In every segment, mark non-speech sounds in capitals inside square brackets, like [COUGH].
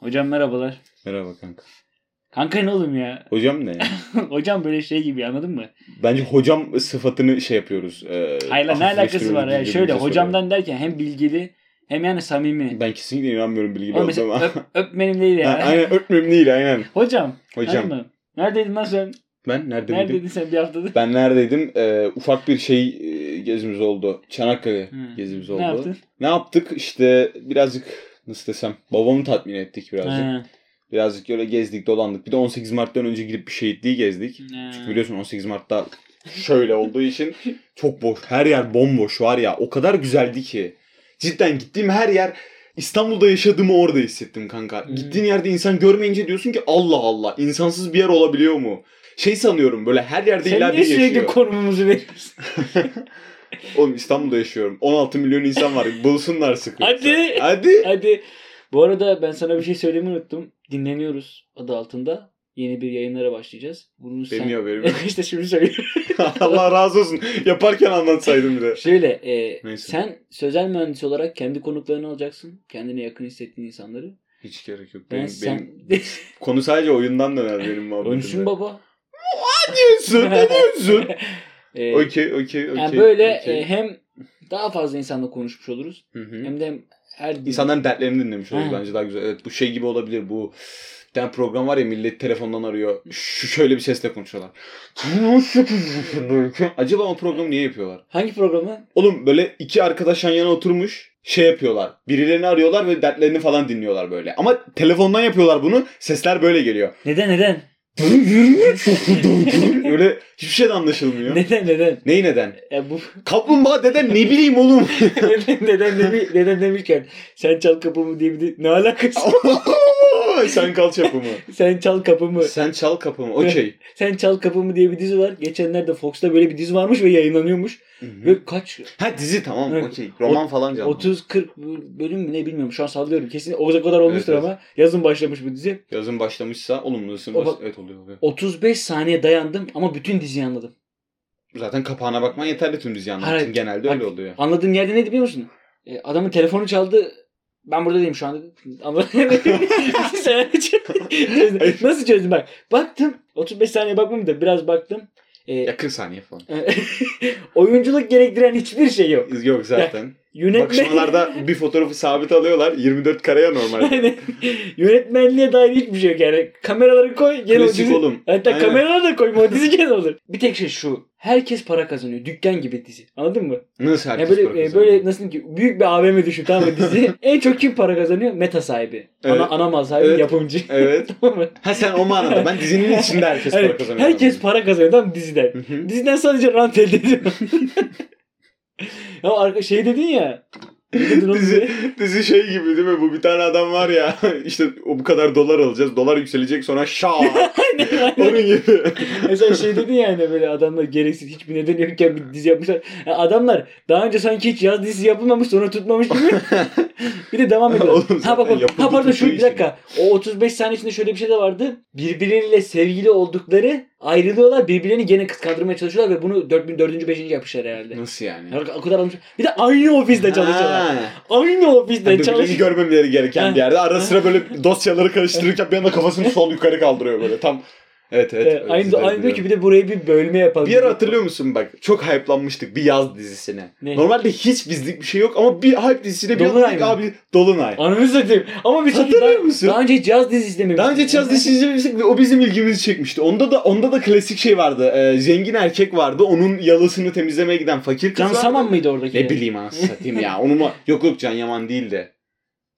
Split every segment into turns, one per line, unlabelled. Hocam merhabalar.
Merhaba kanka.
Kanka ne oğlum ya? [LAUGHS]
Hocam ne ya?
hocam böyle şey gibi anladın mı?
Bence hocam sıfatını şey yapıyoruz. E,
Hayır lan ne alakası var ya?
hafifleştiriyoruz
Şöyle
birbirimize
hocamdan derken hem bilgili hem yani samimi.
sorarak. Ben kesinlikle inanmıyorum bilgi
Oğlum
olduğuma.
mesela öp, öpmenim değil
[LAUGHS] Ha,
ya.
aynen öpmüyorum değil aynen.
Hocam.
Hocam.
Anladın mı? Neredeydin lan sen?
Ben nerede miydim?
Neredeydin sen bir haftadır?
Ben neredeydim? E, ufak bir şey e, gezimiz oldu. Çanakkale
Hı.
gezimiz oldu.
Ne yaptın?
Ne yaptık? İşte birazcık nasıl desem babamı tatmin ettik birazcık.
Ha,
Birazcık öyle gezdik dolandık. Bir de 18 Mart'tan önce gidip bir şehitliği gezdik.
ha.
Çünkü biliyorsun 18 Mart'ta şöyle olduğu için çok boş. Her yer bomboş var ya. O kadar güzeldi ki. Cidden gittiğim her yer İstanbul'da yaşadığımı orada hissettim kanka.
Hmm.
Gittiğin yerde insan görmeyince diyorsun ki Allah Allah insansız bir yer olabiliyor mu? Şey sanıyorum böyle her yerde illa
Sen
bir
niye sürekli
yaşıyor. [LAUGHS]
korumumuzu veriyorsun?
Oğlum İstanbul'da yaşıyorum. 16 milyon insan var. Bulsunlar sıkıntı.
Hadi.
Hadi.
Hadi. Bu arada ben sana bir şey söylemeyi unuttum. Dinleniyoruz adı altında. Yeni bir yayınlara başlayacağız. Bunu
Benim
sen...
haberim
[LAUGHS]
yok. [LAUGHS]
işte şimdi söyleyeyim.
Allah razı olsun. Yaparken anlatsaydım bir de.
Şöyle e,
Neyse.
sen sözel mühendis olarak kendi konuklarını alacaksın. Kendine yakın hissettiğin insanları.
Hiç gerek yok.
Ben
Benim, benim...
[LAUGHS] sen...
Konu sadece oyundan döner benim
Ölmüşsün
muhabbetimde.
baba. [LAUGHS]
diyorsun? Ne diyorsun?
E,
Okey, okey, okey.
yani böyle
okey.
e, hem daha fazla insanla konuşmuş oluruz.
Hı hı.
Hem de her
İnsanların dertlerini dinlemiş oluruz
Ha.
bence daha güzel. Evet bu şey gibi olabilir bu. Bir tane program var ya millet telefondan arıyor. Şu şöyle bir
[LAUGHS]
sesle konuşuyorlar. Acaba o programı niye yapıyorlar?
Hangi programı?
Oğlum böyle iki arkadaş yan yana oturmuş şey yapıyorlar. Birilerini arıyorlar ve dertlerini falan dinliyorlar böyle. Ama telefondan yapıyorlar bunu. Sesler
[LAUGHS]
böyle geliyor.
Neden neden?
böyle hiçbir şey de anlaşılmıyor.
Neden neden?
Neyi neden?
E, bu [LAUGHS]
Kaplumbağa deden ne bileyim oğlum.
neden neden, demi, neden demişken sen çal kapımı diye bir de- ne
[LAUGHS]
alakası?
Sen kal çapımı.
sen çal kapımı.
Sen çal kapımı. Okey.
Sen çal kapımı diye bir dizi var. Geçenlerde Fox'ta böyle bir dizi varmış ve yayınlanıyormuş. Ve kaç
ha dizi tamam.
Evet.
Okey. Roman falan canlı.
30-40 bölüm mü ne bilmiyorum. Şu an sallıyorum. Kesin o kadar olmuştur
Evet,
ama yazın başlamış bu dizi.
Yazın başlamışsa olumlusun.
O bak-
Evet oluyor oluyor.
35 saniye dayandım ama bütün diziyi anladım.
Zaten kapağına bakman yeterli tüm dizi anlatın.
Hayır.
Genelde
Bak-
öyle oluyor.
Anladığım yerde neydi biliyor musun? E, adamın telefonu çaldı. Ben burada değilim şu anda. Ama Sen çözdün. Nasıl çözdün bak. Baktım. 35 saniye bakmam da biraz baktım. E,
Ya 40 saniye falan.
[LAUGHS] oyunculuk gerektiren hiçbir şey yok.
Yok zaten.
Yönetmen...
Bakışmalarda bir fotoğrafı sabit alıyorlar. 24 kareye
[LAUGHS]
normal.
Aynen. Yönetmenliğe dair hiçbir şey yok yani. Kameraları koy. [LAUGHS] Gene o
Klasik
dizi-
oğlum.
Hatta
Aynen.
kameralara da koyma o dizi gene olur. Bir tek şey şu. Herkes para kazanıyor. Dükkan gibi dizi. Anladın mı?
Nasıl herkes
ya böyle
para
e,
kazanıyor?
böyle nasıl diyeyim ki büyük bir AVM düşün tamam
[LAUGHS]
mı dizi. en çok kim para kazanıyor? Meta sahibi. Ana
Evet.
ana mal sahibi
Evet.
yapımcı.
[LAUGHS] Evet.
[LAUGHS] tamam mı?
Ha sen o manada. Ben dizinin içinde herkes
Evet,
para kazanıyor.
Herkes para kazanıyor tamam mı? diziden.
Hı hı.
Diziden sadece rant elde
[LAUGHS]
ediyor. ya arka şey dedin
[LAUGHS]
ya. Ne dedin oğlum
Dizi-
[LAUGHS] diye?
Dizi şey gibi değil mi? Bu bir tane adam var ya [LAUGHS] işte o bu kadar dolar alacağız. Dolar yükselecek sonra şa.
Aynen, aynen.
Onun gibi.
Mesela şey dedin ya hani böyle adamlar gereksiz hiçbir neden yokken bir dizi yapmışlar. Ya adamlar daha önce sanki hiç yaz dizisi yapılmamış sonra tutmamış
[LAUGHS]
gibi. bir de devam ediyor.
Oğlum
ha bak
zaten
bak.
yapıldı,
Ha pardon şu
tuttuğu
bir dakika. O 35 saniye içinde şöyle bir şey de vardı. Birbirleriyle sevgili oldukları ayrılıyorlar. Birbirlerini gene kıskandırmaya çalışıyorlar ve bunu 4000 4. 5. yapmışlar herhalde.
[LAUGHS] Nasıl yani?
Ya, O kadar almış. Bir de aynı ofiste çalışıyorlar.
Hmm. Ha.
Aynı ofiste
Hani Birbirlerini
çalışıyorlar.
görmemeleri gereken
Ha.
bir yerde. Ara sıra böyle dosyaları karıştırırken bir anda kafasını sol yukarı kaldırıyor böyle. Tam Evet evet. evet,
aynı
sizleri
aynı diyor ki bir
biliyorum.
de burayı bir bölme yapalım.
bir yer hatırlıyor musun bak çok hype'lanmıştık bir yaz dizisine.
Ne?
Normalde hiç bizlik bir şey yok ama bir hype dizisine bir
Dolunay
atladık
mı?
abi Dolunay.
Ananı satayım. Ama bir şey daha,
Hatırlıyor musun?
daha önce hiç yaz dizisi izlememiştim.
Daha önce Çaz dizisi izlemiştik ve o bizim ilgimizi çekmişti. Onda da onda da klasik şey vardı. Ee, zengin erkek vardı. Onun yalısını temizlemeye giden fakir kız
Can
vardı.
Saman mıydı oradaki?
Ne bileyim anasını satayım ya. Onu mu? Yok yok Can Yaman değil de.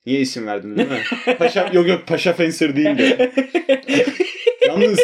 Niye isim verdim değil mi? Paşa, yok yok Paşa Fencer değil de. Yalnız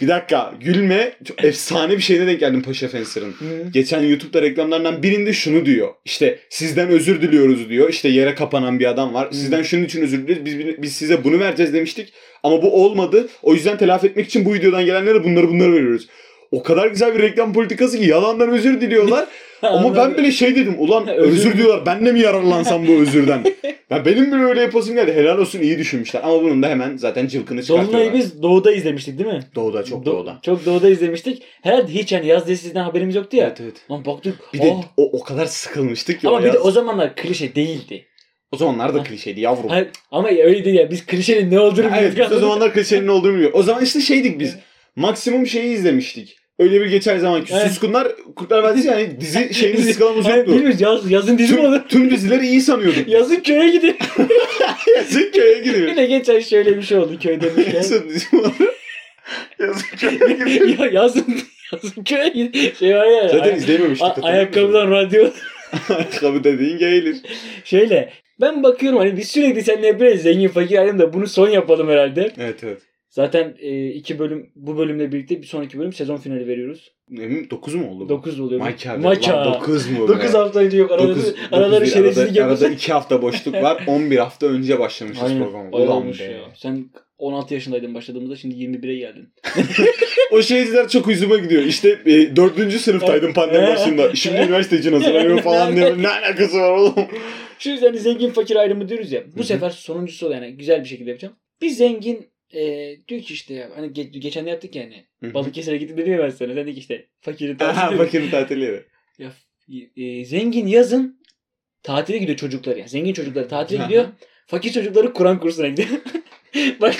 bir dakika gülme. Çok efsane bir şeyine denk geldim Paşa Fencer'ın.
Hı.
Geçen YouTube'da reklamlarından birinde şunu diyor. İşte sizden özür diliyoruz diyor. İşte yere kapanan bir adam var. Sizden şunun için özür diliyoruz. Biz, biz size bunu vereceğiz demiştik. Ama bu olmadı. O yüzden telafi etmek için bu videodan gelenlere bunları bunları veriyoruz. O kadar güzel bir reklam politikası ki yalandan özür diliyorlar. Ama ben bile şey dedim.
[LAUGHS]
Ulan
Özür-
özür diyorlar. Ben de mi yararlansam bu özürden?
[LAUGHS]
Ya benim bile öyle yapasım geldi. Helal olsun iyi düşünmüşler. Ama bunun da hemen zaten cılkını
Dolunay'ı
çıkartıyorlar.
biz doğuda izlemiştik değil mi?
Doğuda çok
Do-
doğuda.
Çok doğuda izlemiştik. Herhalde hiç yani yaz dizisinden haberimiz yoktu ya.
evet.
Lan baktık.
Bir de
oh.
o, o kadar sıkılmıştık ki
Ama
o
bir de
yaz.
o zamanlar klişe değildi.
O zamanlar da klişeydi yavrum.
Hayır, ama öyle değil ya. Biz klişenin ne olduğunu
Evet biz o zamanlar klişenin ne olduğunu biliyor. O zaman işte şeydik biz. Maksimum şeyi izlemiştik. Öyle bir geçer zamanki
Evet.
Suskunlar Kurtlar Vadisi yani dizi şeyimiz skalamız
[LAUGHS] Hayır,
yoktu.
bilmiyoruz. Yaz, yazın dizi mi olur?
Tüm, tüm dizileri
[LAUGHS]
iyi sanıyorduk.
Yazın köye gidiyor.
Yazın köye
[LAUGHS]
gidiyor.
Yine geçen şöyle bir şey oldu
[LAUGHS]
köyde. bir şey.
Yazın dizi mi [LAUGHS] olur? Yazın köye gidiyor.
ya yazın, [LAUGHS] yazın köye gidiyor. Şey var ya.
Zaten
ay-
izleyememiştik.
a-
hatırlıyor musun?
ayakkabıdan radyo.
[LAUGHS] Ayakkabı dediğin gelir.
Şöyle. Ben bakıyorum hani biz sürekli seninle böyle zengin fakir ayrım da bunu son yapalım herhalde.
Evet evet.
Zaten e, iki bölüm bu bölümle birlikte bir sonraki bölüm sezon finali veriyoruz.
Emin 9 mu oldu bu?
9 oluyor.
Maka.
Maka.
9 mu?
9 hafta önce yok. Araları, araları şerefsizlik
Arada
yapıyorsun.
2 hafta
[LAUGHS]
boşluk var. 11 hafta önce başlamışız
Aynen.
programı.
Bayağı
Ulan
olmuş
be.
ya. Sen 16 yaşındaydın başladığımızda şimdi 21'e geldin.
O şeyciler çok yüzüme gidiyor. İşte e, 4. sınıftaydım pandemi
Evet.
başında. Şimdi üniversite
[LAUGHS]
için hazırlanıyorum falan diyorum. Ne alakası var oğlum?
Şu yüzden hani zengin fakir ayrımı diyoruz ya. Bu
Hı hı.
sefer sonuncusu da yani güzel bir şekilde yapacağım. Bir zengin e, diyor ki işte ya, hani ge- geçen de yaptık ya hani. Balıkesir'e gittim dedim ya ben sana. Sen de ki işte fakirin
Aha
tatili.
fakirin tatili.
Ya, e, zengin yazın tatile gidiyor çocukları. Yani zengin çocukları tatile
Aha.
gidiyor. Fakir çocukları Kur'an kursuna
[LAUGHS]
gidiyor. Bak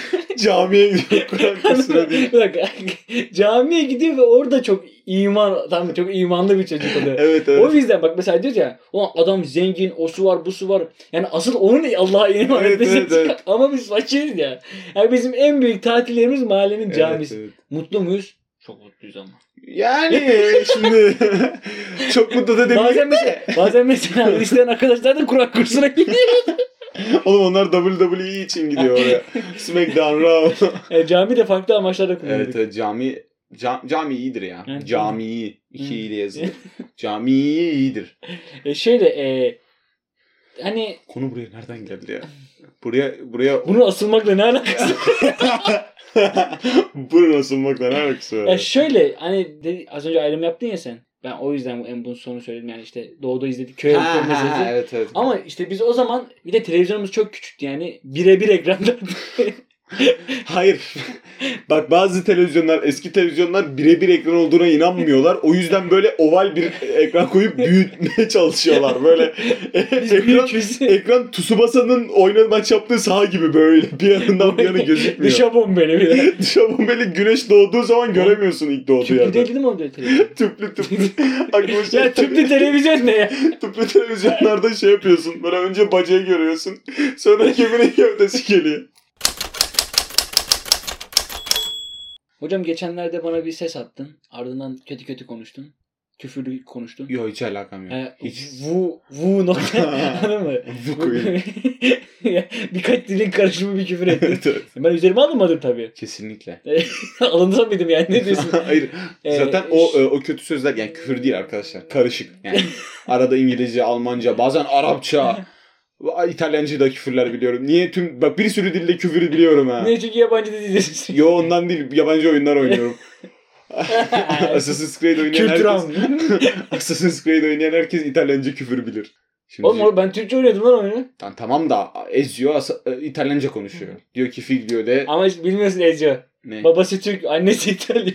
[LAUGHS]
Camiye gidiyor Kur'an kursuna diye.
bir dakika. Camiye gidiyor ve orada çok iman tam çok imanlı bir çocuk oluyor.
Evet
O
evet.
yüzden bak mesela diyor ya o adam zengin, o su var, bu su var. Yani asıl onun Allah'a iman
Evet,
etmesi.
evet, evet.
Ama biz fakiriz ya. Yani bizim en büyük tatillerimiz mahallenin camisi.
Evet, evet.
Mutlu muyuz? Çok mutluyuz ama.
Yani
[LAUGHS]
şimdi çok mutlu da demeyiz.
Bazen mesela, bazen mesela
[LAUGHS]
Hristiyan arkadaşlar da Kur'an kursuna gidiyor.
Oğlum onlar WWE için gidiyor oraya. SmackDown Raw.
Yani E, cami de farklı amaçlarla kullanılıyor.
evet evet cami ca- cami iyidir ya.
Evet,
Cami
Hı.
iki ile yazılır. Cami iyidir.
E, şeyle e, hani
Konu buraya nereden geldi ya? Buraya
[LAUGHS]
buraya
bunu asılmakla ne alakası?
[LAUGHS] Burun asılmakla ne alakası
Ya
var?
E, şöyle hani dedi, az önce ayrım yaptın ya sen. Ben o yüzden bu en bunun sonunu söyledim yani işte doğuda izledik köy
Ha,
köy
ha, ha,
meselesi.
evet evet.
Ama işte biz o zaman bir de televizyonumuz çok küçüktü yani birebir
[LAUGHS]
ekranda.
Hayır. [LAUGHS] Bak bazı televizyonlar, eski televizyonlar birebir ekran olduğuna inanmıyorlar. O yüzden böyle oval bir ekran koyup büyütmeye çalışıyorlar. Böyle
Biz
ekran,
büyüküz.
ekran Tsubasa'nın oynadığı maç yaptığı saha gibi böyle bir
[LAUGHS]
yanından bir yana gözükmüyor. [LAUGHS]
Dışa bombeli bir de.
Dışarı böyle güneş doğduğu zaman göremiyorsun ilk doğduğu
Tüplü
yerden.
değil mi onda
[LAUGHS]
televizyon?
Tüplü tüplü. [LAUGHS] Aklıma şey
ya tüplü televizyon ne ya?
Tüplü televizyonlarda şey yapıyorsun. Böyle önce bacayı görüyorsun. Sonra geminin gövdesi geliyor.
Hocam geçenlerde bana bir ses attın. Ardından kötü kötü konuştun. Küfürlü konuştun.
Yok hiç alakam
Ee,
Hiç.
Vu, vu
[LAUGHS]
nokta. Anladın mı?
Bu
[LAUGHS]
koyun.
Ya, Birkaç dilin karışımı bir küfür ettin.
Evet, evet.
ben üzerime alınmadım tabii. [LAUGHS]
Kesinlikle.
Alınsa mıydım yani ne diyorsun?
[LAUGHS] Hayır.
Ee,
Zaten o e, o kötü sözler yani küfür değil arkadaşlar. Karışık. Yani arada İngilizce, Almanca, bazen Arapça, İtalyancı da küfürler biliyorum. Niye tüm bak bir sürü dilde küfürü biliyorum ha.
Ne çünkü yabancı dizi
[LAUGHS]
izliyorsun.
Yo ondan değil. Yabancı
[LAUGHS]
oyunlar oynuyorum. Assassin's Creed oynayan
Kültür
herkes
almış.
[LAUGHS] Assassin's Creed oynayan herkes İtalyanca küfür bilir. Şimdi
Oğlum oğlum ben Türkçe oynuyordum lan oyunu.
Tam- tamam da Ezio Asa- e, İtalyanca konuşuyor. Diyor ki fig diyor de
Ama hiç bilmiyorsun Ezio.
ne?
Babası Türk, annesi İtalyan.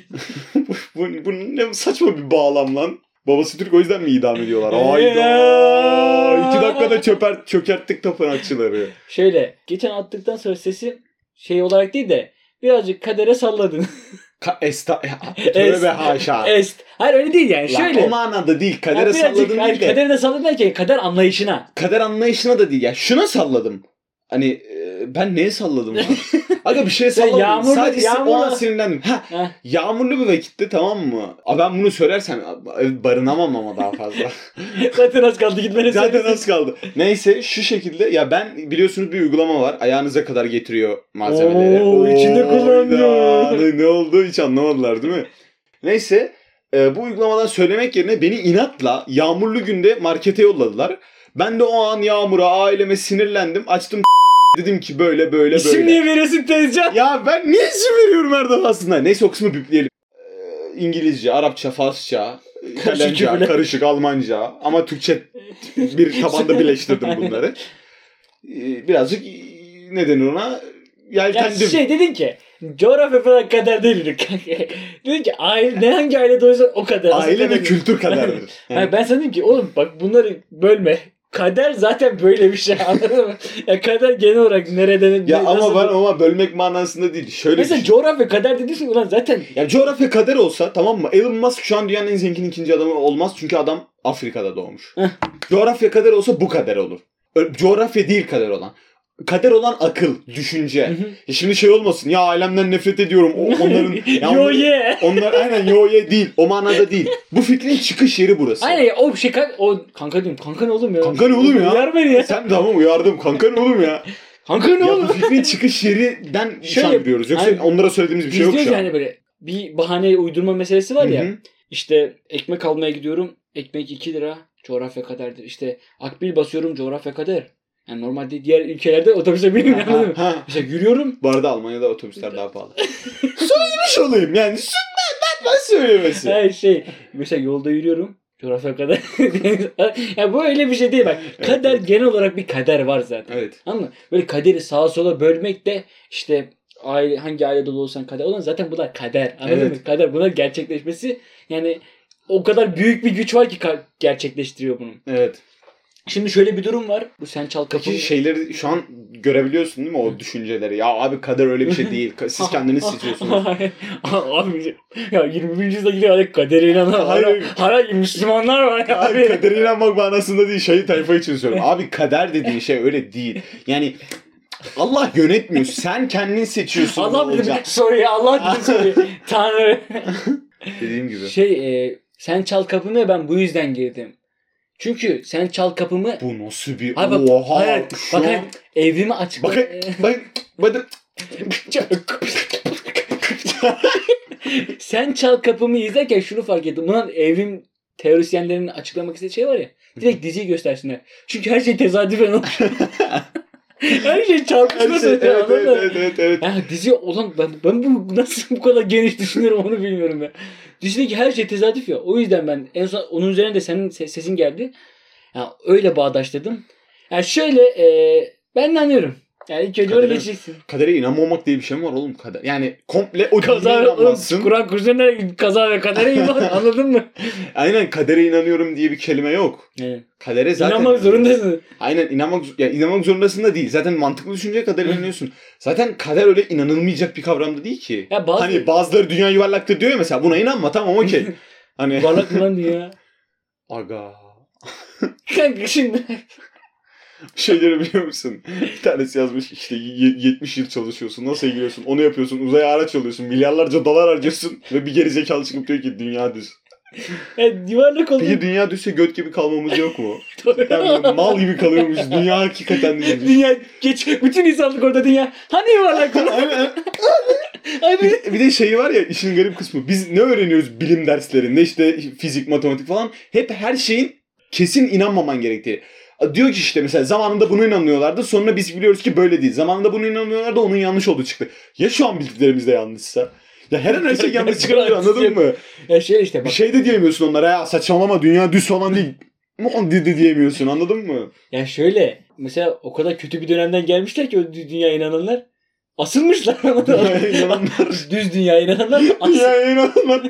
Bu, bu ne saçma bir bağlam lan. Babası Türk o yüzden mi idam ediyorlar?
Ya. [LAUGHS]
Hayda. İki dakikada çöper, çökerttik tapınakçıları.
Şöyle geçen attıktan sonra sesi şey olarak değil de birazcık kadere salladın.
Ka esta ya,
Es-
tövbe
[LAUGHS]
haşa.
Est. Hayır öyle değil yani.
Lan
Şöyle.
o manada değil.
Ya
Kadere
birazcık-
salladım
hayır,
değil de.
Kadere de salladın derken kader anlayışına.
Kader anlayışına da değil. Ya şuna salladım. Hani e, ben neye salladım
[LAUGHS]
lan? Aga bir şeye sallamadım.
yağmurlu-
Sadece
yağmurlu-
o an sinirlendim. Ha,
Heh.
Yağmurlu bir vakitte tamam mı? Aa, ben bunu söylersem e, barınamam ama daha fazla. [LAUGHS]
Zaten az kaldı gitmene.
Zaten az kaldı. Neyse şu şekilde ya ben biliyorsunuz bir uygulama var. Ayağınıza kadar getiriyor malzemeleri.
Oo, içinde kullanılıyor.
hayda, Ne, ne oldu hiç anlamadılar değil mi? Neyse e, bu uygulamadan söylemek yerine beni inatla yağmurlu günde markete yolladılar. Ben de o an yağmura aileme sinirlendim. Açtım [LAUGHS] dedim ki böyle böyle böyle.
İsim niye veriyorsun tezcan?
Ya ben niye isim veriyorum her defasında? Neyse o kısmı bipleyelim. Ee, İngilizce, Arapça, Farsça, İtalyanca,
cümle.
karışık Almanca
[LAUGHS]
ama Türkçe bir tabanda birleştirdim bunları. Ee, Birazcık ne denir ona?
Ya
Yeltendim.
şey dedin ki coğrafya falan kadar değil dedik kanka. [LAUGHS] dedin ki aile, ne hangi aile doysa o kadar.
Aile
Aslında [LAUGHS]
ve kültür kadardır.
Hayır, ben sandım ki oğlum bak bunları bölme. kader zaten böyle bir şey [LAUGHS] anladın mı? Ya kader genel olarak nereden
Ya
ne-
ama
nasıl-
ben şey- ama bölmek manasında değil. Şöyle
Mesela
düşün.
coğrafya kader dediğin ulan zaten
Ya coğrafya kader olsa tamam mı? Elon Musk şu an dünyanın en zengin ikinci adamı olmaz çünkü adam Afrika'da doğmuş.
Heh.
coğrafya kader olsa bu kader olur. Ö- Coğrafya değil kader olan. Kader olan akıl, düşünce. Ya şimdi şey olmasın ya ailemden nefret ediyorum. O,
[LAUGHS]
onların ya
yo
onların-
ye.
Onlar aynen yo ye değil. O manada değil. Bu fikrin çıkış yeri burası.
Aynen ya, o bir şey kan- o kanka diyorum kanka ne oğlum ya?
Kanka ne oğlum ya?
Uyar beni ya.
Sen tamam uyardım kanka ne oğlum ya.
Kanka ne
ya bu
oğlum?
fikrin çıkış yerinden şu
Şöyle-
an yürüyoruz. Yoksa
Aynen.
onlara söylediğimiz bir
Biz
şey yok
diyoruz
şu an.
yani böyle bir bahane uydurma meselesi var ya.
Hı hı.
İşte ekmek almaya gidiyorum. Ekmek 2 lira. Coğrafya kaderdir. İşte akbil basıyorum. Coğrafya kader. Yani normalde diğer ülkelerde otobüse binmiyorum.
[LAUGHS]
[LAUGHS]
Ha,
anladın mı?
ha.
Mesela yürüyorum.
Bu arada Almanya'da otobüsler daha pahalı. [LAUGHS] Söylemiş olayım yani. Sü- Ben, ben, ben söylemesi.
Her şey. Mesela yolda yürüyorum. Coğrafya kader. [LAUGHS] ya bu öyle bir şey değil bak.
Evet,
Kader genel olarak bir kader var zaten.
Evet.
Anladın mı? Böyle kaderi sağa sola bölmek de işte aile hangi ailede olursan kader olan zaten bunlar kader. Anladın
Evet.
mı? Kader bunlar gerçekleşmesi yani o kadar büyük bir güç var ki ka- gerçekleştiriyor bunu.
Evet.
Şimdi şöyle bir durum var. Bu sen çal kapıyı.
Peki şey-
[LAUGHS]
şeyleri şu an görebiliyorsun değil mi o düşünceleri? Ya abi kader öyle bir şey değil. Ka- Siz
[LAUGHS]
kendiniz seçiyorsunuz.
abi ya 21. yüzyılda giriyor hala kadere inanan
Hayır.
hala, hala Müslümanlar var ya
Abi
abi.
kadere inanmak manasında değil şey tayfa için söylüyorum. Abi kader dediğin şey öyle değil. Yani Allah yönetmiyor. Sen kendin seçiyorsun.
Allah
ne
dedim [LAUGHS]
olacak.
soruyu Allah
[LAUGHS]
dedim soruyu. Tanrı.
Dediğim gibi.
Şey e, sen çal kapımı ben bu yüzden girdim. Çünkü sen çal kapımı
Bu nasıl bir
Hayır, bak-
oha.
hayır,
şu
bakın
an-
evrimi açık. E,
Bakın bakın bakın.
[LAUGHS] sen çal kapımı izlerken şunu fark ettim. Ulan evrim teorisyenlerinin açıklamak istediği şey var ya. Direkt diziyi göstersinler. Çünkü her şey tesadüfen
[LAUGHS]
olmuş. her şey çarpışma
Her şey-
sonucu.
evet, evet,
anladın mı?
evet, evet, evet.
Ya dizi olan ben, ben bu nasıl bu kadar geniş düşünüyorum onu bilmiyorum ya. Dizideki her şey tesadüf ya. O yüzden ben en son onun üzerine de senin se- sesin geldi. Ya öyle bağdaşladım. Ya şöyle e, ben inanıyorum. Yani ilk önce öyle
Kadir'im,
geçeceksin.
Kadere inanmamak diye bir şey mi var oğlum kader? Yani komple o dine
Kaza oğlum,
inanmazsın.
Kur'an kursuna nereye kaza ve kadere
[LAUGHS]
iman anladın mı?
Aynen kadere inanıyorum diye bir kelime yok.
Evet.
Kadere zaten
İnanmak zorundasın.
Aynen inanmak ya inanmak zorundasın da değil. Zaten mantıklı düşünceye kadar inanıyorsun. Zaten kader öyle inanılmayacak bir kavram da değil ki.
Ya bazı
Hani bazıları dünya yuvarlaktır diyor ya mesela buna inanma
[LAUGHS]
tamam okey. Hani
varlık mı lan ya? [LAUGHS]
aga
Kanka şimdi
şeyleri biliyor musun? Bir tanesi yazmış işte y- 70 yıl çalışıyorsun nasıl giriyorsun onu yapıyorsun uzaya araç alıyorsun milyarlarca dolar harcıyorsun ve bir geri zekalı çıkıp diyor ki dünya düz.
yani e, yuvarlak oldu.
Peki dünya düşse göt gibi kalmamız yok mu? Yani mal gibi kalıyormuş dünya hakikaten
[LAUGHS]
düz.
dünya geç. Bütün insanlık orada dünya. Hani yuvarlak [LAUGHS] oldu?
Aynen.
Hani
Bir, bir de şeyi var ya işin garip kısmı. Biz ne öğreniyoruz bilim derslerinde işte fizik, matematik falan. Hep her şeyin kesin inanmaman gerektiği. Diyor ki işte mesela zamanında buna inanıyorlardı. Sonra biz biliyoruz ki böyle değil. Zamanında buna inanıyorlardı onun yanlış olduğu çıktı. Ya şu an bildiklerimiz de yanlışsa? Ya her an her şey yanlış çıkabilir anladın mı?
Ya şey işte
Bir
bak.
şey de diyemiyorsun onlara ya saçmalama dünya düz falan değil. Mu de de diyemiyorsun anladın [LAUGHS] mı?
Ya şöyle. Mesela o kadar kötü bir dönemden gelmişler ki o dü- dünyaya inananlar. Asılmışlar. [LAUGHS]
Dünyaya inananlar.
Düz dünyaya inananlar. Asıl.
Dünyaya inananlar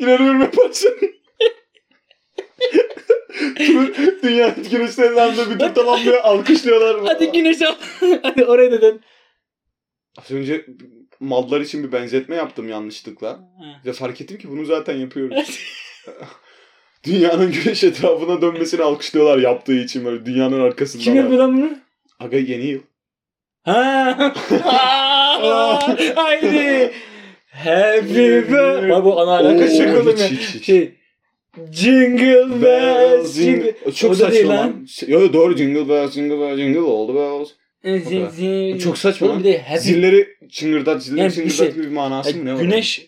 inanıyorum hep
[LAUGHS]
açın. Dünya etkileşimleri zamanda bütün tamamlıyor alkışlıyorlar.
Hadi güneş al. [LAUGHS] Hadi oraya da dön.
Az önce mallar için bir benzetme yaptım yanlışlıkla. Ve fark ettim ki bunu zaten yapıyoruz. Dünyanın güneş etrafına dönmesini alkışlıyorlar yaptığı için böyle dünyanın arkasında.
Kim yapıyor lan bunu?
Aga yeni yıl. [LAUGHS]
Ha. Haydi. Happy birthday. Bak bu ana
Oo,
alaka şaka oğlum
hiç,
ya.
hiç, hiç.
Şey. Jingle bells. Jingle.
Çok
O da değil
saçma lan.
lan.
Yo, yo, doğru jingle bells, jingle bells, jingle oldu bells. kadar.
Zin-
Çok saçma
Oğlum
lan.
bir de happy
Zilleri çıngırdat, zilleri
Yani bir
çıngırdat
şey-
gibi bir manası mı ne var?
güneş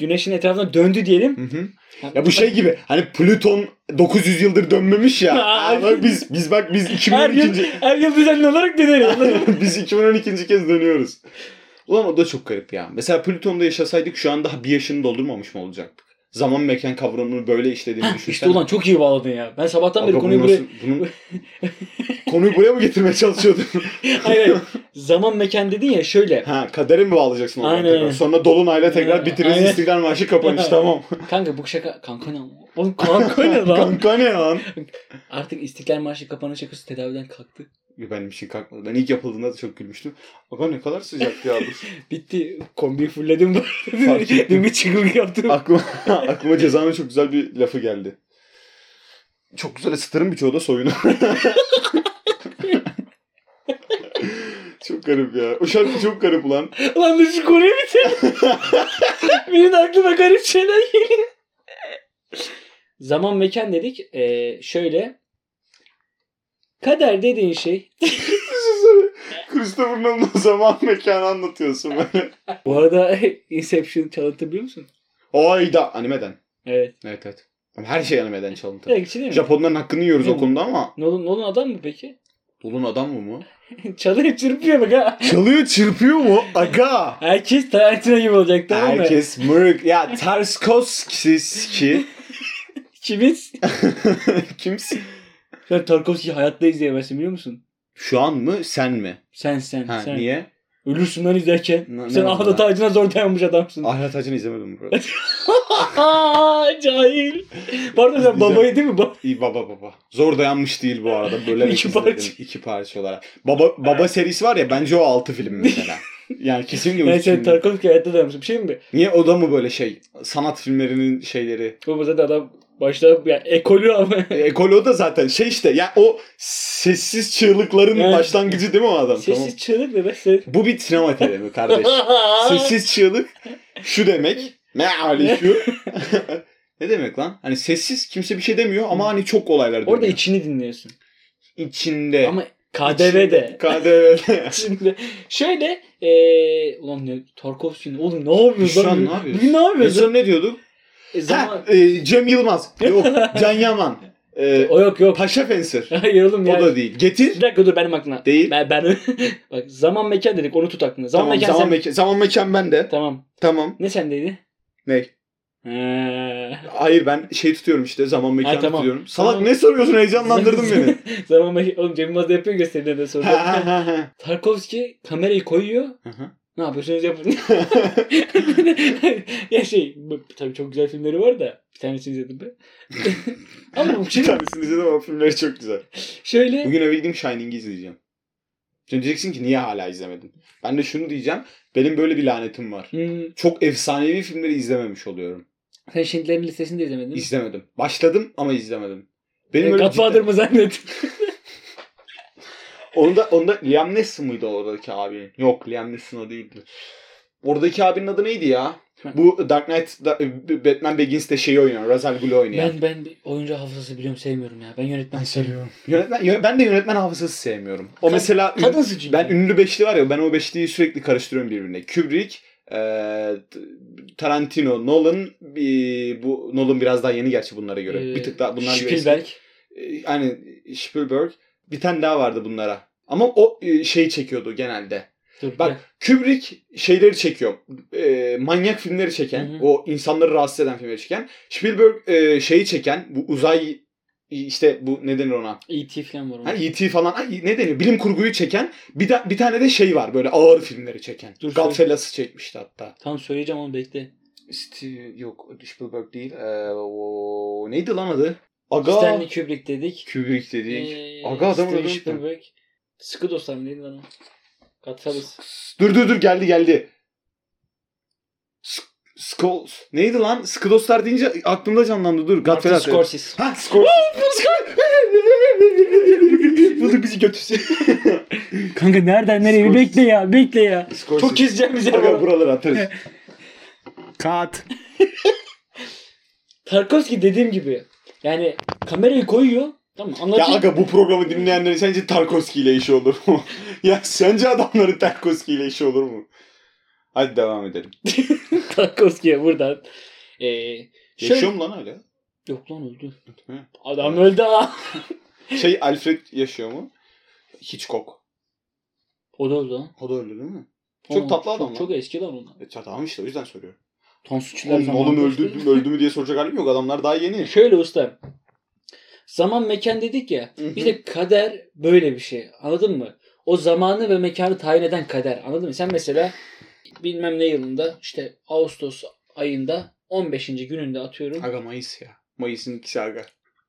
güneşin etrafına döndü diyelim.
Hı hı. Ya bu şey gibi hani Plüton 900 yıldır
[LAUGHS]
dönmemiş ya. Aa, bak biz biz bak biz
her
2012.
yıl her yıl düzenli olarak döneriz.
[LAUGHS] biz 2012. kez dönüyoruz. Ulan o da çok garip ya. Mesela Plüton'da yaşasaydık şu an daha bir yaşını doldurmamış mı olacaktık? Zaman mekan kavramını böyle işlediğini düşünsene.
işte ulan çok iyi bağladın ya. Ben sabahtan beri
Aga
konuyu
bunu
buraya [LAUGHS]
nasıl- bunun- konuyu buraya mı getirmeye çalışıyordun?
hayır,
[LAUGHS]
hayır. zaman mekan dedin ya şöyle.
Ha kadere mi bağlayacaksın onu?
Aynen,
tekrar?
aynen.
Sonra Dolunay'la tekrar
Aynen,
bitiririz
aynen.
İstiklal Marşı
[LAUGHS]
kapanış tamam.
Kanka bu şaka kanka ne lan? Oğlum kanka ne lan?
Kanka ne lan?
Artık İstiklal Marşı kapanış şakası tedaviden kalktı.
Benim için kalkmadı. Ben ilk yapıldığında da çok gülmüştüm. Aga ne kadar sıcak ya.
Bitti. Kombiyi fullledim.
Fark ettim.
Dün bir çıkık yaptım.
[LAUGHS] aklıma, aklıma cezanın çok güzel bir lafı geldi. Çok güzel ısıtırım birçoğu da soyunu. [LAUGHS] çok garip ya. O şarkı çok garip ulan.
Lan dur şu konuyu bitir. [LAUGHS] Benim de aklıma garip şeyler geliyor. Zaman mekan dedik. Ee, şöyle. Kader dediğin şey.
Düşünsene, Christopher Nolan'ın zaman mekanı anlatıyorsun [LAUGHS] böyle.
Bu arada [LAUGHS] Inception çalıntı biliyor musun?
Ayda animeden.
Evet.
Evet evet. Ama her şey animeden çalıntı.
Direkt içi değil mi?
Japonların hakkını yiyoruz o konuda ama.
Nolan, Nolan adam mı [LAUGHS] peki?
Dolun adam mı mı?
Çalıyor çırpıyor bak ha.
Çalıyor çırpıyor mu? Aga.
Herkes Tarantino gibi olacak tamam mı?
Herkes mırık. Ya Tarkovski'si
Kimiz?
[LAUGHS] Kimsin?
Sen Tarkovski'yi hayatta izleyemezsin biliyor musun?
Şu an mı sen mi?
Sen sen
Ha,
sen.
niye?
Ölürsün lan izlerken.
Ne- ne
sen
oldu
ahlat
lan? Ah.
ağacına zor dayanmış adamsın.
Ahlat Hacı'nı izlemedim burada.
[LAUGHS] Aa, cahil. Pardon sen babayı değil mi? Ba-
İyi baba baba. Zor dayanmış değil bu arada. Böyle
İki
iki parça.
parça.
İki parça olarak. Baba, baba serisi var ya bence o altı film mesela. Yani kesinlikle.
yani
üç
sen
film.
Tarkovski hayatta dayanmışsın. Bir şey mi?
Niye o da mı böyle şey? Sanat filmlerinin şeyleri.
Baba zaten adam başta yani ekolü ama.
E, Ekolo da zaten şey işte. Ya o sessiz çığlıkların
Evet.
başlangıcı değil mi o adam? Tamam.
Sessiz çığlık ne be sen?
Bu bir sinema
[LAUGHS]
terimi kardeş. sessiz çığlık şu demek. Meali şu. [LAUGHS] ne demek lan? Hani sessiz kimse bir şey demiyor ama hani çok olaylar dönüyor.
Orada içini dinliyorsun.
içinde.
Ama KDV'de. [LAUGHS]
KDV'de.
Şimdi şöyle eee ulan ne Tarkovski ne oğlum ne yapıyoruz
Şu an
lan?
ne yapıyoruz?
Bugün ne
En
yapıyoruz? lan?
son ne diyorduk?
E, zaman...
Ha, e, Cem Yılmaz.
[LAUGHS]
Yok. Can Yaman. E,
O yok [LAUGHS] yok.
Paşa Fensir.
Hayır oğlum
O
ya.
da değil. Getir.
Bir dakika dur benim aklımda.
Değil.
Ben, ben... [LAUGHS] Bak zaman mekan dedik onu tut aklına. Zaman
Tamam,
mekan
zaman,
sen...
mekan, zaman mekan bende.
Tamam.
Tamam.
Ne sendeydi? Ee,
Ne?
Eee.
Hayır ben şey tutuyorum işte zaman mekan
Ha, tamam.
tutuyorum. Salak
Tamam.
ne
[LAUGHS]
soruyorsun heyecanlandırdın beni.
Zaman mekan... Oğlum Cem Yılmaz da yapıyor gösterilerden sonra.
Ha, ha, ha, ha.
Tarkovski kamerayı koyuyor.
Hı hı.
Ne yapıyorsunuz yapın. [LAUGHS] ya şey bu- tabii çok güzel filmleri var da bir tanesini izledim ben. [LAUGHS] Ama
Bir
şimdi
tanesini izledim ama filmleri çok güzel.
şöyle
Bugün eve gideyim Shining'i izleyeceğim. Şimdi diyeceksin ki niye hala izlemedin? Ben de şunu diyeceğim. Benim böyle bir lanetim var.
Hmm,
Çok efsanevi filmleri izlememiş oluyorum.
sen Schindler'in listesini de izlemedin mi?
İzlemedim. Başladım ama izlemedim. Benim
E,
öyle
Godfather mı zannettin?
cidden- Onda, onda Liam Neeson mıydı oradaki abi? Yok Liam Neeson o değildi. Oradaki abinin adı neydi ya? Bu Dark Knight, da- e, Batman Begins'te şeyi oynayan, Razal Gul'ü oynayan.
ben ben bir oyuncu hafızası biliyorum sevmiyorum ya. Ben yönetmen seviyorum.
Yönetmen, yö- ben de yönetmen hafızası sevmiyorum. O
Kad-
mesela
Kadın sıçıyor.
Ben ünlü beşli var ya ben o beşliyi sürekli karıştırıyorum birbirine. Kubrick, e, t- Tarantino, Nolan bir- bu Nolan biraz daha yeni gerçi bunlara göre.
Ee,
bir tık daha bunlar gibi
Spielberg.
eski. E, Aynen Spielberg. Bir tane daha vardı bunlara. Ama o e, şey çekiyordu genelde.
Dur,
Bak, Kubrick şeyleri çekiyor. E, manyak filmleri çeken,
Hı hı.
o insanları rahatsız eden filmleri çeken. Spielberg e, şeyi çeken, bu uzay işte bu ne denir ona?
E.T. E falan var onun.
Ha, E.T. falan ha, ne deniyor? Bilim kurguyu çeken bir, da, bir tane de şey var böyle ağır filmleri çeken.
Dur,
Godfellas'ı çekmişti hatta.
Tam söyleyeceğim onu bekle.
Steve yok Spielberg değil. Ee, o, neydi lan adı? Aga.
Stanley Kubrick dedik.
Kubrick dedik.
Ee,
Aga adamın
Stanley
adını unuttum.
Spielberg. Sıkı dostlar mı neydi lan o? Godfathers.
Dur dur dur geldi geldi. Sk- Skulls. Neydi lan? Skidoslar deyince aklımda canlandı. Dur.
Martin
Godfellas.
Scorsese.
Ha Scorsese. [LAUGHS] Bulduk bizi götürsün.
[LAUGHS] Kanka nereden nereye
Scorsese.
bekle ya bekle ya.
Scorsese.
Çok keseceğim bizi.
Aga buraları [LAUGHS] atarız. Kat.
Tarkovski dediğim gibi yani kamerayı koyuyor. Tamam
Ya
anlatayım.
aga bu programı dinleyenlerin sence Tarkovski ile işi olur mu? [LAUGHS] ya sence adamların Tarkovski ile işi olur mu? Hadi devam edelim.
[LAUGHS] Tarkovski'ye buradan. Ee, şöyle...
Yaşıyor mu lan hala?
Yok lan öldü.
Hı.
Adam öldü [LAUGHS] ha.
Şey Alfred yaşıyor mu? Hitchcock.
O da öldü lan.
O da öldü değil mi? Çok
Oğlum,
tatlı adam
Çok,
lan.
çok eski lan onlar.
E, tamam işte o yüzden soruyorum.
Tansuçlar
Oğlum oğlum öldü, mü- öldü mü diye soracak halim yok. Adamlar daha yeni.
Şöyle usta. Zaman mekan dedik ya.
Hı hı.
Bir de kader böyle bir şey. Anladın mı? o zamanı ve mekanı tayin eden kader. Anladın mı? Sen mesela bilmem ne yılında işte Ağustos ayında 15. gününde atıyorum.
Aga Mayıs ya. Mayıs'ın ikisi aga.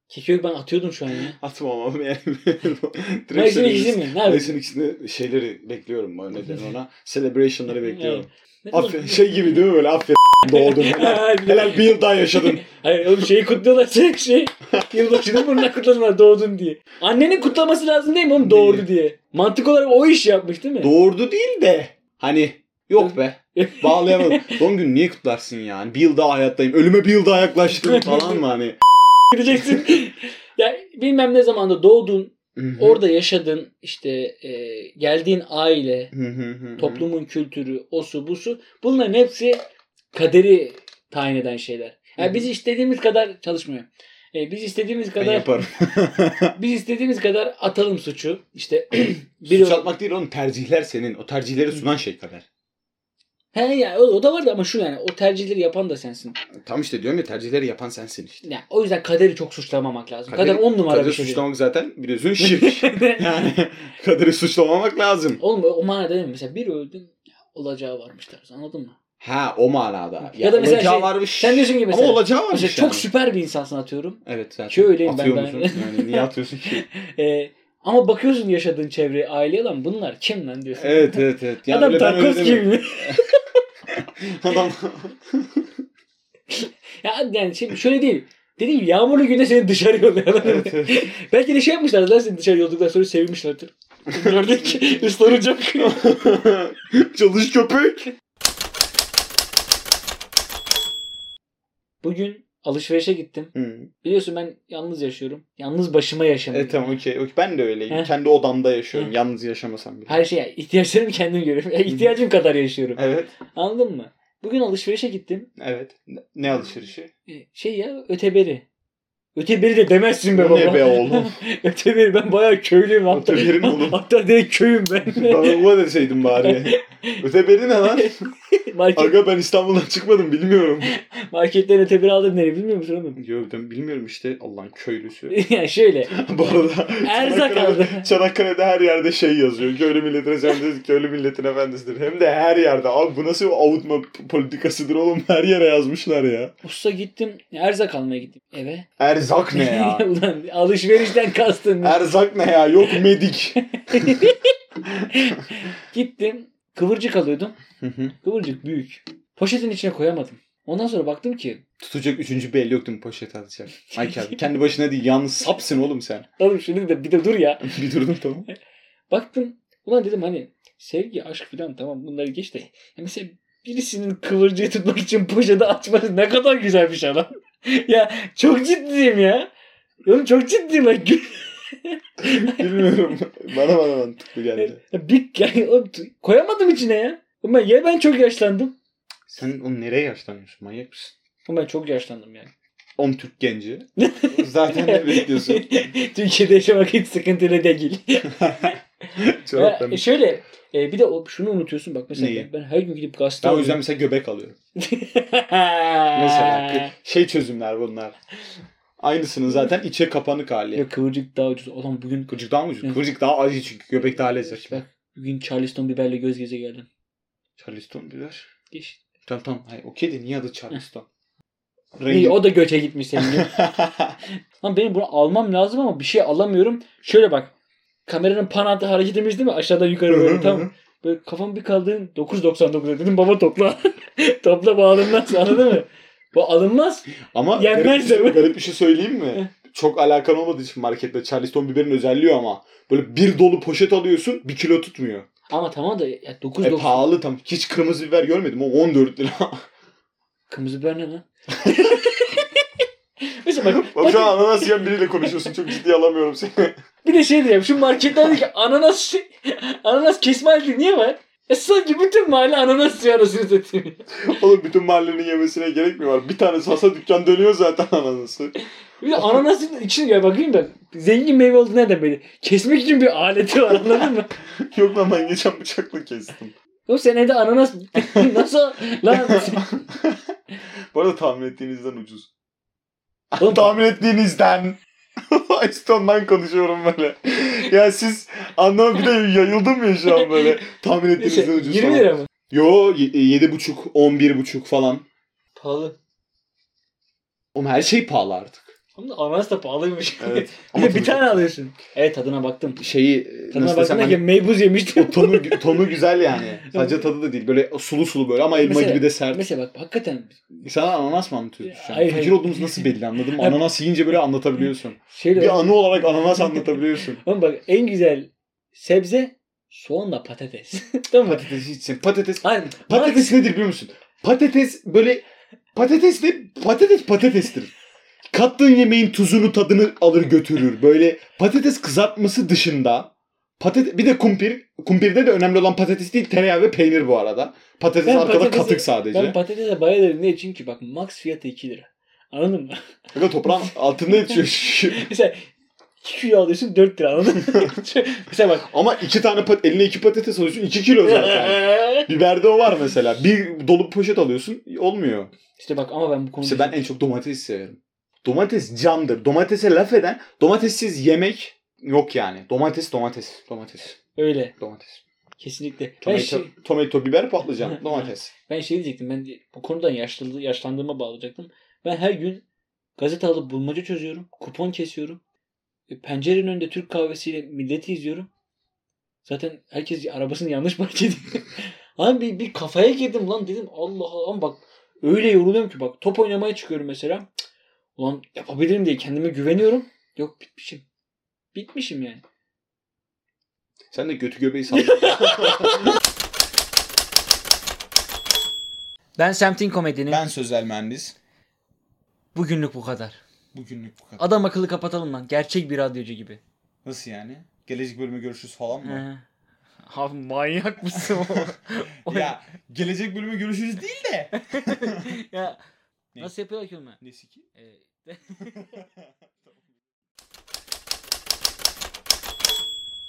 Kekiyor ben atıyordum şu an ya.
Atmam ama yani. [LAUGHS] Direkt
Mayıs'ın
söyleyeyim.
ikisi mi? Ne yapayım?
Mayıs'ın ikisini şeyleri bekliyorum. ben, Neden ona? Celebration'ları bekliyorum.
Ne
Aferin, şey gibi değil mi böyle? Aferin doğdun. [LAUGHS] Helal, helal bir yıl daha yaşadın.
Hayır oğlum şeyi kutluyorlar sürekli şey. Yılbaşını bununla kutladılar doğdun diye. Annenin kutlaması lazım değil mi oğlum doğurdu diye. Mantık olarak o iş yapmış değil mi?
[LAUGHS] Doğurdu değil de hani
[LAUGHS]
yok be. Bağlayamadım. Doğum günü niye kutlarsın yani? Bir yıl daha hayattayım. Ölüme bir yıl
[LAUGHS]
daha yaklaştım falan mı hani?
Gideceksin. [LAUGHS] ya bilmem ne zamanda doğdun,
Hı hı.
orada yaşadın, işte e, geldiğin aile,
Hı hı hı hı.
toplumun kültürü, osu busu bunların hepsi kaderi tayin eden şeyler.
Hı hı.
Yani biz istediğimiz kadar çalışmıyor. E, biz istediğimiz
ben
kadar
yaparım.
biz istediğimiz kadar atalım suçu. İşte [CLEARS THROAT]
Bir
[LAUGHS] bir
[CLEARS THROAT] Suç atmak değil oğlum. Tercihler senin. O tercihleri sunan şey kader.
He ya o, o da vardı ama şu yani o tercihleri yapan da sensin.
Tam işte diyorum ya tercihleri yapan sensin işte.
Yani o yüzden kaderi çok suçlamamak lazım. Kader,
Kaderi-
on numara
Kaderi
bir şey. [LAUGHS]
suçlamak zaten biliyorsun şirk. yani [LAUGHS] kaderi suçlamamak lazım.
Oğlum o- o manada değil mi? Mesela bir öldün ya, olacağı varmış tarzı anladın mı?
Ha o manada. Ya,
Ya da mesela
olacağı
şey-
varmış.
Sen diyorsun ki mesela,
Ama olacağı varmış
mesela
yani.
çok süper bir insansın atıyorum.
Evet zaten.
Şöyleyim ben
Atıyor
ben.
musun? Yani niye atıyorsun ki?
Ee, ama bakıyorsun yaşadığın çevreye aileye lan bunlar kim lan diyorsun.
evet evet evet. Yani
Adam
öyle ben öyle
takoz
demiyorum.
gibi. [LAUGHS]
[LAUGHS] Adam
ya yani şimdi şöyle değil. Dediğim gibi yağmurlu günde seni dışarı yolluyor. anladın mı?
evet, evet.
[LAUGHS] Belki de şey yapmışlar lan seni dışarı yolladıktan sonra sevmişlerdir. Gördük
[LAUGHS]
ki ıslanacak.
Çalış köpek.
[LAUGHS] Bugün alışverişe gittim.
Hı.
Biliyorsun ben yalnız yaşıyorum. Yalnız başıma yaşamıyorum.
E tamam okey. okey. Ben de öyleyim.
Heh.
Kendi odamda yaşıyorum.
Heh.
Yalnız yaşamasam bile.
Her şey ihtiyaçlarımı kendim görüyorum. Ya ihtiyacım kadar yaşıyorum.
Evet.
Anladın mı? Bugün alışverişe gittim.
Evet. Ne- Ne alışverişi?
E, Şey ya öteberi. Öteberi de demezsin be
Bu
baba.
ne be
[LAUGHS]
oğlum?
öteberi ben bayağı köylüyüm hatta. [LAUGHS]
Öteberi mi oğlum?
hatta direkt köyüm ben.
[LAUGHS] Bana bu
[LAUGHS]
deseydin bari. Öteberi ne lan?
Market,
Aga ben İstanbul'dan
[LAUGHS]
çıkmadım bilmiyorum.
marketten öteberi aldım nereye bilmiyor musun oğlum? [LAUGHS]
Yok ben bilmiyorum işte Allah'ın köylüsü.
yani şöyle.
bu arada
Erzak
Çanakkale'de-
aldım.
Çanakkale'de her yerde şey yazıyor. Köylü milletin efendisi, [LAUGHS] köylü milletin efendisidir. Hem de her yerde. Abi bu nasıl avutma politikasıdır oğlum? Her yere yazmışlar ya.
Usta gittim. Erzak almaya gittim eve.
Erzak ne [LAUGHS] ya?
[LAUGHS] Ulan alışverişten kastın. ne?
Erzak ne ya? Yok medik.
Gittim. Kıvırcık alıyordum. Kıvırcık büyük. Poşetin içine koyamadım. Ondan sonra baktım ki
Tutacak üçüncü bir el yoktu mu poşet atacak? Ay abi kendi başına değil yalnız sapsın oğlum sen. [LAUGHS]
oğlum şunu da bir de dur ya.
bir durdum tamam.
Baktım ulan dedim hani sevgi aşk filan tamam bunları geç de. Ya mesela birisinin kıvırcığı tutmak için poşeti açması ne kadar güzel bir şey lan. [LAUGHS] ya çok ciddiyim ya. Oğlum çok ciddiyim ben.
Bilmiyorum. bana bana mantıklı geldi.
Ya bir, yani, oğlum, t- koyamadım içine ya. Ama ya ben çok yaşlandım.
Sen onu nereye yaşlanıyorsun? Manyak mısın?
Ama ben çok yaşlandım yani.
10 Türk genci. Zaten ne bekliyorsun?
[LAUGHS] Türkiye'de yaşamak hiç sıkıntılı değil.
[LAUGHS] Çoraplarını.
Ya şöyle e, bir de o, şunu unutuyorsun bak mesela
Neyi?
ben, ben her gün gidip gazete
Ben o yüzden
alıyorum.
mesela göbek alıyorum.
Ee,
Mesela şey çözümler bunlar. Aynısının zaten içe kapanık hali.
[LAUGHS] Ya kıvırcık daha ucuz. Oğlum bugün
Kıvırcık daha mı ucuz?
Hı.
Kıvırcık daha acı çünkü göbek daha lezzetli.
Bak. bugün Charleston biberle göz göze geldim.
Charleston biber.
Geç.
Tamam tamam. Hayır, okey de niye adı Charleston?
İyi,
Rengi. [LAUGHS]
o da göçe gitmiş senin gibi. Lan benim bunu almam lazım ama bir şey alamıyorum. Şöyle bak. Kameranın panatı hareketimiz değil mi? Aşağıdan yukarı böyle tam. Böyle kafam bir kaldırdım. 9.99 dedim baba topla. [LAUGHS] topla bu alınmaz anladın mı? Bu alınmaz.
Ama garip, bir
Yenmez de
şey,
bu.
garip bir şey söyleyeyim mi? Çok alakan olmadığı için markette Charleston biberin özelliği o ama. Böyle bir dolu poşet alıyorsun bir kilo tutmuyor.
Ama tamam da ya
E
9.99
pahalı tam. Hiç kırmızı biber görmedim. O
[LAUGHS]
14 lira.
Kırmızı biber ne lan? [LAUGHS] Mesela bak,
Oğlum şu an ananas yiyen biriyle konuşuyorsun. Çok ciddi alamıyorum seni.
bir de şey diyeceğim. Şu marketlerdeki ananas şey, ananas kesme halde niye var? E sanki bütün mahalle ananas yiyor anasını satayım.
Oğlum bütün mahallenin yemesine gerek mi var? Bir tane sasa dükkan dönüyor zaten ananası.
Bir de ananasın içini gör bakayım da zengin meyve oldu nereden belli? Kesmek için bir aleti var anladın mı?
[LAUGHS] Yok lan ben geçen bıçakla kestim.
Yok sen evde ananas [LAUGHS] nasıl lan?
Bu arada tahmin ettiğinizden ucuz. [LAUGHS]
Oğlum,
tahmin ettiğinizden. [LAUGHS] Stone'dan konuşuyorum böyle. ya siz anlamı bir de yayıldım ya şu
[LAUGHS]
an böyle. Tahmin ettiğinizden
Şey,
ucuz
20
falan.
lira mı?
Yo y- e, yedi buçuk, on bir buçuk falan.
Pahalı.
Oğlum her şey pahalı artık.
Ama da ananas da pahalıymış.
Evet.
[LAUGHS] bir de bir tane alıyorsun. Evet tadına baktım.
şeyi e,
Tadına
nasıl desem
baktım
hani,
derken meybuz yemiştim.
o tonu, tonu
[LAUGHS]
güzel yani. Sadece tadı da değil. Böyle sulu sulu böyle ama elma
Mesela-
gibi de sert.
Mesela bak hakikaten
Sana ananas mı anlatıyorsun şu an?
Hayır,
Fakir
hayır.
olduğumuz nasıl belli anladın mı? Ananas yiyince böyle anlatabiliyorsun.
şeyle
Bir anı olarak ananas anlatabiliyorsun. [LAUGHS]
Ama bak en güzel sebze soğanla patates. [LAUGHS] tamam mı?
Patates için. Patates.
Aynen.
Patates nedir biliyor musun? Patates böyle patates de patates patatestir. Kattığın yemeğin tuzunu tadını alır götürür. Böyle patates kızartması dışında patates bir de kumpir. Kumpirde de önemli olan patates değil tereyağı ve peynir bu arada. Patates
Ben
arkada
patatesi-
katık sadece.
Ben patatese bayılırım. Niye? Çünkü bak max fiyatı 2 lira. Anladın mı? [LAUGHS]
Aga toprağın altında yetişiyor.
Mesela 2 kilo alıyorsun 4 lira anladın
[LAUGHS]
mı? Mesela bak.
Ama iki tane pat- eline iki patates alıyorsun. iki
[LAUGHS]
kilo zaten. Biberde o var mesela. Bir dolu poşet alıyorsun. olmuyor.
işte bak ama ben bu konuda...
İşte ben en çok domates severim. Domates candır. Domatese laf eden domatessiz yemek yok yani. Domates domates. Domates.
Öyle.
Domates.
Kesinlikle. Ben
Tomato,
şey,
tomato biber patlıcan. Domates.
ben şey diyecektim. Ben de- bu konudan yaşlı, yaşlandığıma bağlayacaktım. Ben her gün gazete alıp bulmaca çözüyorum. Kupon kesiyorum. E, Pencerenin önünde Türk kahvesiyle milleti izliyorum. Zaten herkes arabasını yanlış park ediyor. [LAUGHS] Abi bir, bir kafaya girdim lan dedim Allah Allah ama bak öyle yoruluyorum ki bak top oynamaya çıkıyorum mesela. Cık, Ulan yapabilirim diye kendime güveniyorum. Yok bitmişim. Bitmişim yani.
Sen de götü göbeği sandın.
Ben Semtin Komedi'nin
sözel mühendis.
bugünlük bu kadar.
Bugünlük bu kadar.
Adam akıllı kapatalım lan. Gerçek bir radyocu gibi.
Nasıl yani? Gelecek bölüme görüşürüz falan
Ee, Abi manyak mısın? O-
gelecek bölüme görüşürüz değil de.
ya
Ne?
nasıl yapıyorlar ki onu?
Nesi ki?
Ee,